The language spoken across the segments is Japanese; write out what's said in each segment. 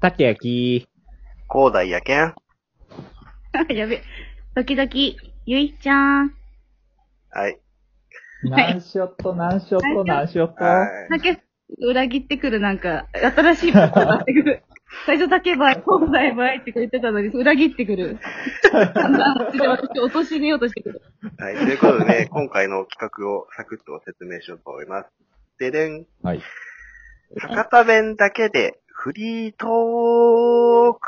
竹やき。広大やけん。 やべ。時々、ゆいちゃん。はい。はい何しよっと、何しよっと、何しよっと。はい。だけ、裏切ってくるなんか、新しいこと出してく る。最初だけばい、本題ばいって言ってたのに、裏切ってくる。だんだん、私落としめようとしてく る。はい。ということでね、 今回の企画をサクッと説明しようと思います。ででん。はい。博多弁だけでフリートーク。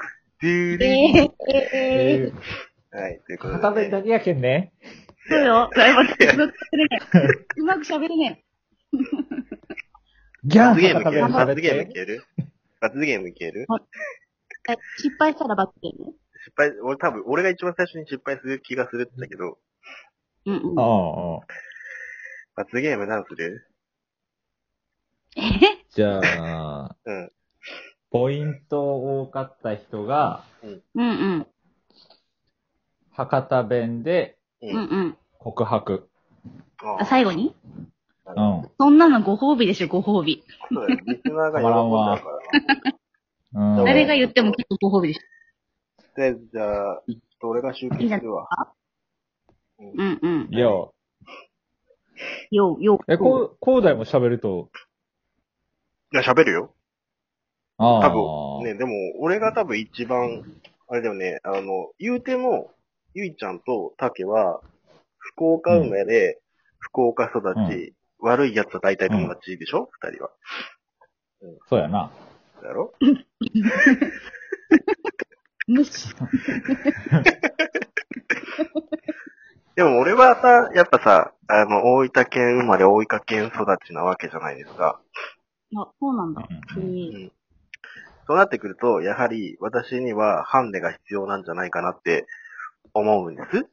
ででん。えー。はい。ということで、ね。博多弁だけやけんね。そうよ。だいぶ、うまく喋れねえ。うまく喋れねギャン罰ゲームい博多ける弁喋罰っゲームいて。ける罰ゲームいけるえ。失敗したらばってね。失敗、俺多分、俺が一番最初に失敗する気がするんだけど、うんうんあ。あ、ああ罰ゲーム何するえじゃあ、うん。ポイント多かった人が、うんうん。博多弁でうんうん。告白。あ、最後。後にうん。そんなのご褒美でしょ、ご褒美。そうだよ。リスナーが喜たんだまらん わからな。うん、そう誰が言ってもきっとご褒美でしょ。で、じゃあ、ちょっと俺が集計するわ。うんうん。いや、よう、よう。え、こう、こうだいも喋ると、いや、喋るよ。ああ。多分。ね、でも、俺が多分一番、あれだよね、あの、言うても、ゆいちゃんとたけは、福岡生まれで、福岡育ち、悪い奴は大体友達でしょ二、人は。そうやな。だろ無視。でも俺はさ、やっぱさ、あの、大分県生まれ、大分県育ちなわけじゃないですか。あ、そうなんだ。えうーんそうなってくると、やはり私にはハンデが必要なんじゃないかなって思うんです。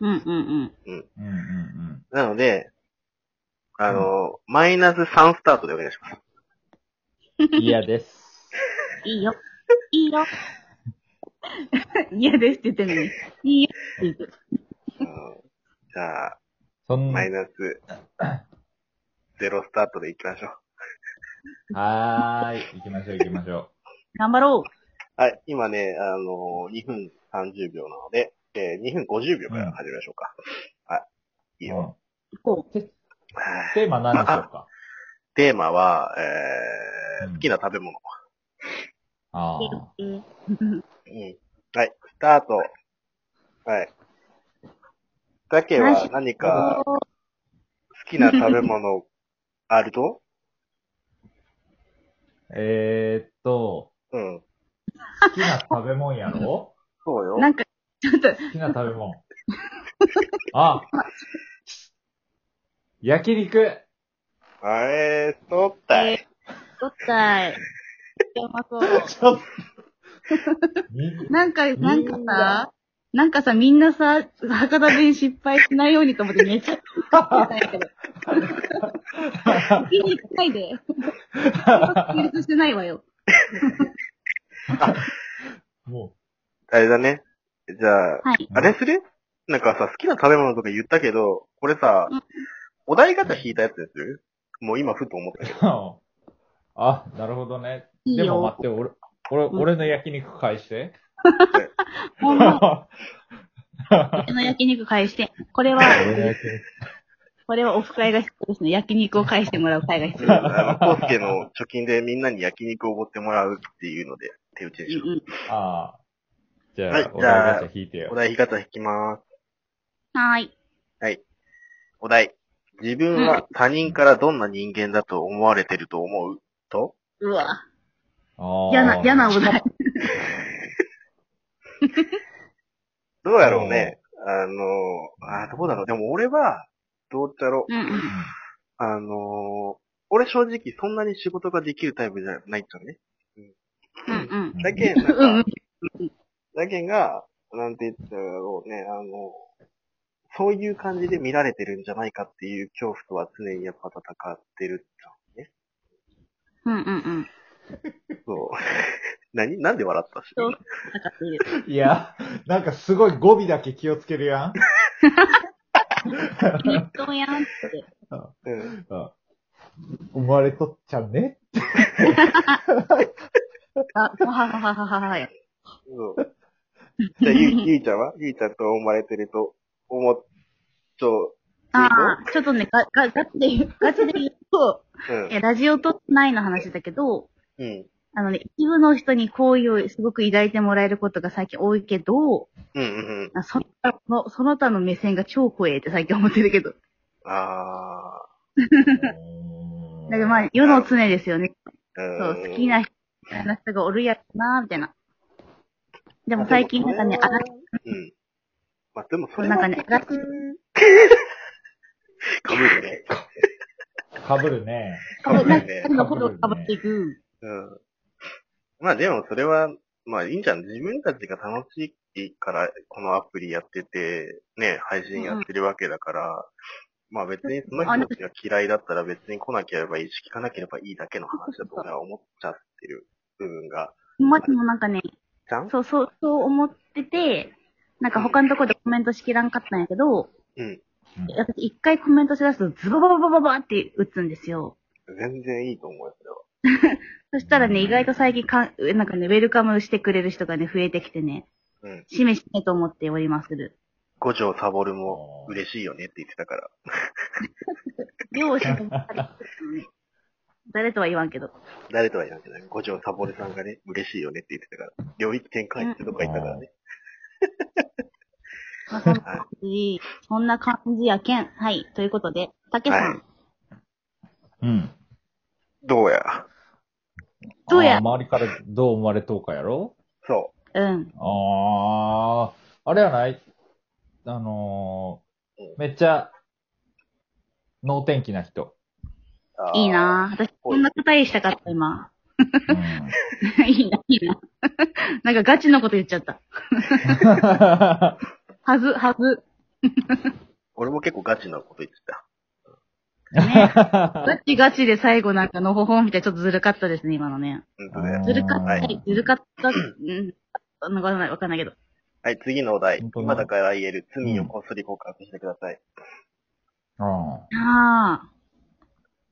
うんううんうん。んうんうん。なので、あの、マイナス3スタートでお願いします。嫌です。いいよ。いいよ。嫌ですって言ってんのに。いいよって言ってる。うんじゃあ、そんマイナス、ゼロスタートでいきましょう。はーい。行きましょう行きましょ頑張ろはい、今ね、あのー、2分30秒なので、えー2分50秒から始めましょうか。あ、う。いいよ。う。こう。はいテーマ何でしょうかテーマは、えうーん好きな食べ物。ああ。えーうん。はい、スタート。はい。だけは何か好きな食べ物 あるとえーっと、うん。好きな食べ物やろそうよ。 なんか、ちょっと、好きな食べ物。あ焼肉えー、そったい。どったい。うまそう。ちょっと。みなんか、なんみかんさな、なんかさ、みんなさ、博多弁失敗しないようにと思ってめちゃくちゃ言ってたんやけど。気に入ない で。成立してないわよ。もあれだね。じゃあ、はい。うあれするなんかさ、好きな食べ物とか言ったけど、これさうん、お題型引いたやつでするもう今ふと思ったけ ど。あ、なるほどね。いいでも待よ。って、俺、俺、ん俺の焼肉返して。ほんま、この焼肉返して。こ れは、俺の焼肉これはオフ会が必要ですね。焼肉を返してもらう会が必要。あの、コウスケの貯金でみんなに焼肉をおごってもらうっていうので、手打ちにしようんうん。 ああ。じゃあ、はいおじゃあ題ガチャ引いてう。およ。題引き方引きます。はーい。お題。自分は他人からどんな人間だと思われてると思うとうわ。ああ嫌な、嫌なお題。どうやろうね。あの、あー、どうだろう。でも俺は、どうだろう。うんうん。あの、俺正直そんなに仕事ができるタイプじゃないんだね。うんだけん、うん。うんなんうんか、だけんが、なんて言ったらろうね、あの、そういう感じで見られてるんじゃないかっていう恐怖とは常にやっぱ戦ってるじゃんね。うんうん。そう。 何なんで笑ったしそうなんかいいですいや、なんかすごい語尾だけ気をつけるやん。適当やんって。うん。 思われとっちゃうね。あ、ははははははや。そう。じゃあ、ゆい、ゆいちゃんはゆいちゃんと思われてると、思っ、ちょ、ああ、ちょっとね、ガ、ガ、ガチで言う、ガチで言うと、うんいや、ラジオとないの話だけど、うん。あのね、一部の人に好意をすごく抱いてもらえることが最近多いけうんど、うんうん。あその他の、その他の目線が超怖えって最近思ってるけど。あだけどまあ、世の常ですよね。あ。うんそう、好きな人な人がおるやつな、みたいな。でも最近なんかね、あうら、ん。まあ、でもそこれうはなんかね、あら、かぶるね。かぶるね。被るなんか、ね彼のことをかぶっていく。うん。まあでもそれは、まあいいんじゃん。自分たちが楽しいから、このアプリやってて、ね、配信やってるわけだから、まあ別にその人たちが嫌いだったら別に来なければいいし、聞かなければいいだけの話だと俺は思っちゃってる部分が。までもなんかね、じゃんそうそう、そう思ってて、なんか他のところでコメントしきらんかったんやけど、うん。私一回コメントしだすとズババババババって打つんですよ。全然いいと思うよ、それは。そしたらね、意外と最近か、なんかね、ウェルカムしてくれる人がね、増えてきてね、うん。しめしめと思っております る。五条サボるも嬉しいよねって言ってたから。両親とも誰とは言わんけど。誰とは言わんけどね、五条サボるさんがね、嬉しいよねって言ってたから。領域展開ってとか言ったからね。まあ、そんな感じ、そんな感じやけん。はい。ということで、たけさん、はいうん。どうやどうやあー周りからどう思われとうかやろそうん。ああ、あれやないあのうんー、めっちゃ、能天気な人。う。あーいいなぁ。私、こんな答えしたかった、今。 うん いいな、いいな。 なんかガチのこと言っちゃった。はず、はず。俺も結構ガチなこと言ってた。 ね。ガチガチで最後なんかのほほんみたいなちょっとずるかったですね、今のね。本当だうよんずるかったはりい、ずるかった、うん、あのわかんない、わかんないけど。はい、次のお題本。当だ今だから言える罪をこっそり告白してください。うんああ。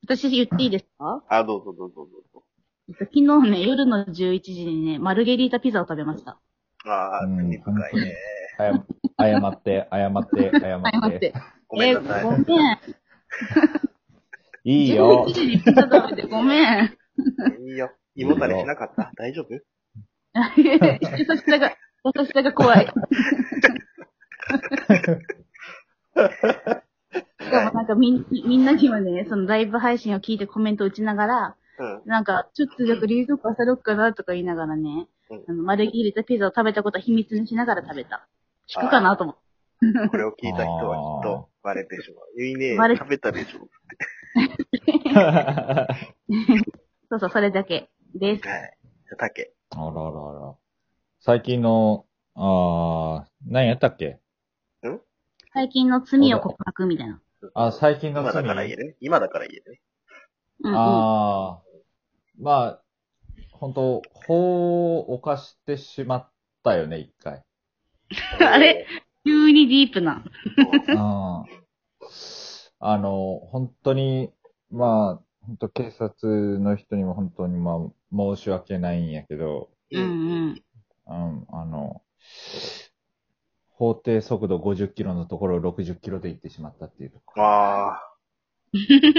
私言っていいですかあ、どうぞどうぞどうぞ。えっと昨日ね、夜の11時にね、マルゲリータピザを食べました。あうー、ん罪深いね。謝謝って、謝って、謝はい、待っってて。。ごめんなさえい。ごめん。いいよ 11。時にピザ食べてごめん。いいよ。胃もたれしなかった大丈夫優しさが、優しさが怖い。しかもなんかみんみんなにはね、そのライブ配信を聞いてコメント打ちながら、うん。なんか、ちょっとじゃあ冷蔵庫漁ろうかなとか言いながらね、うんあの、丸切れたピザを食べたことは秘密にしながら食べた。聞くかなと思って。これを聞いた人はきっとバレてしまう。ゆいねバレ、食べたでしょ。あらそうそう、それだけです。はい。じゃあ、竹。あらあら。最近の、ああ、何やったっけ最近の罪を告白みたいな。あ、最近の今だ罪。から言えるね。今だから言えるね。うんうん。ああ、まあ、本当法を犯してしまったよね、一回。 あれ急にディープな。うんあの、本当に、まあ、本当警察の人にも本当にまあ、申し訳ないんやけど、うんうん。うん、あの、法定速度50キロのところを60キロで行ってしまったっていうところ。ああ、うん10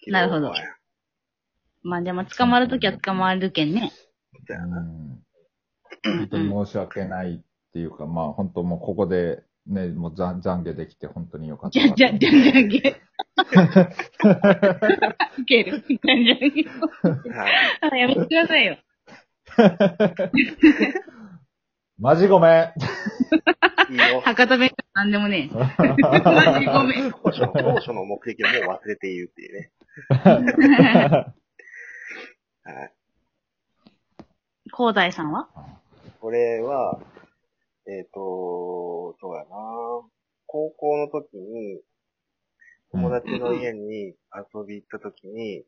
キロ。なるほどまあでも捕まるときは捕まるけんね。だようなんうん本当うんに申し訳ないっていうか、まあ本当もうここでね、もう懺懺悔できて本当によかったじなゃと。んじゃんじゃんじゃんげ。ウケる。じゃんじゃんげ。はい。あやめてくださいよ。マジごめんいいよ。博多弁当なんでもねえ。マジごめ ん。当初の、当初の目的をもう忘れているっていうね。はい。広大さんはこれは、えっ、と、そうやな高校の時に、友達の家に遊び行った時に、うん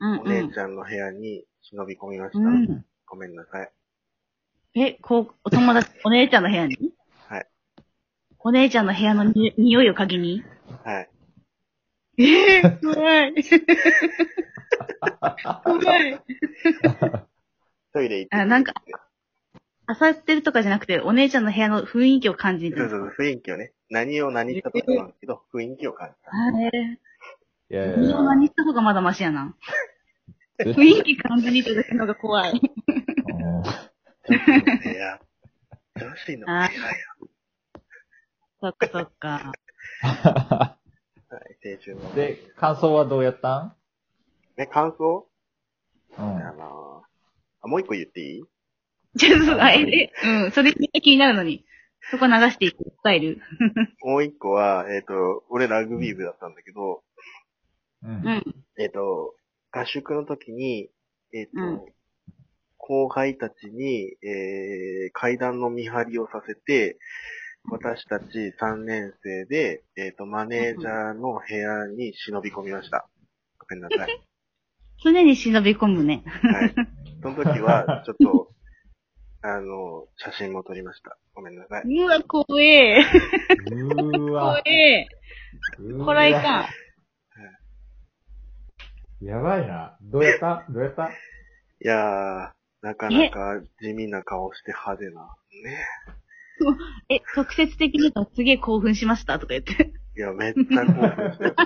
おう姉ん。ちゃんの部屋に忍び込みました。うん。ごめんなさい。え、こう、お友達、お姉ちゃんの部屋にはい。お姉ちゃんの部屋のに匂いを嗅ぎにはい。えー、 怖い。怖い。トイレ行って。あなんか。あさってるとかじゃなくて、お姉ちゃんの部屋の雰囲気を感じそうそうる。そう、雰囲気をね。何を何したとかなんですけど、雰囲気を感じた。あれ、いやいやい身やを。何した方がまだマシやな。絶雰対囲気感じに行っただけのが怖い。うんいや、女子の部屋あや。そっかそっか。はい、青春の。で、感想はどうやったんね、感想うあん。のー、あ、もう一個言っていいちょっと、あえて、うん、それみんな気になるのに。そこ流していくスタイル。もう一個は、えっ、と、俺ラグビー部だったんだけど、う。うんん。えっ、と、合宿の時に、えっ、と、うん後輩たちに、えー、階段の見張りをさせて、私たち3年生で、えっ、と、マネージャーの部屋に忍び込みました。ごめんなさい。常に忍び込むね。はい。その時 は、ちょっと、あの、写真も撮りました。ごめんなさい。うわ、怖え。うー怖わ。え。うーわこらいかん。やばいな。どうやったどうやったいやー、なかなか地味な顔して派手な。ね。え、直接的に言うとすげえ興奮しましたとか言って。いや、めっちゃ興奮してる。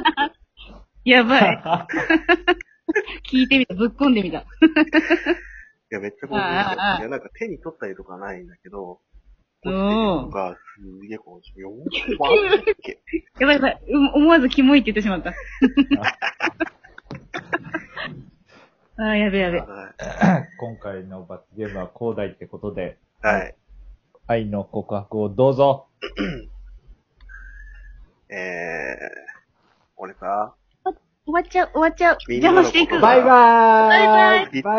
やば い。聞いてみた。ぶっこんでみた。いや、めっちゃ興奮してる。いや、なんか手に取ったりとかないんだけど、こうしてるのがすげえ興奮してる。よーばっけ。やばいやばい。う思わずキモいって言ってしまった。あーやべやべ。は今回の罰ゲームは広大ってことで、いはい。愛の告白をどうぞ。えー、俺さ、終わっちゃう、終わっちゃう。みんなの邪魔していこく。とだバイバーイバイバイバイ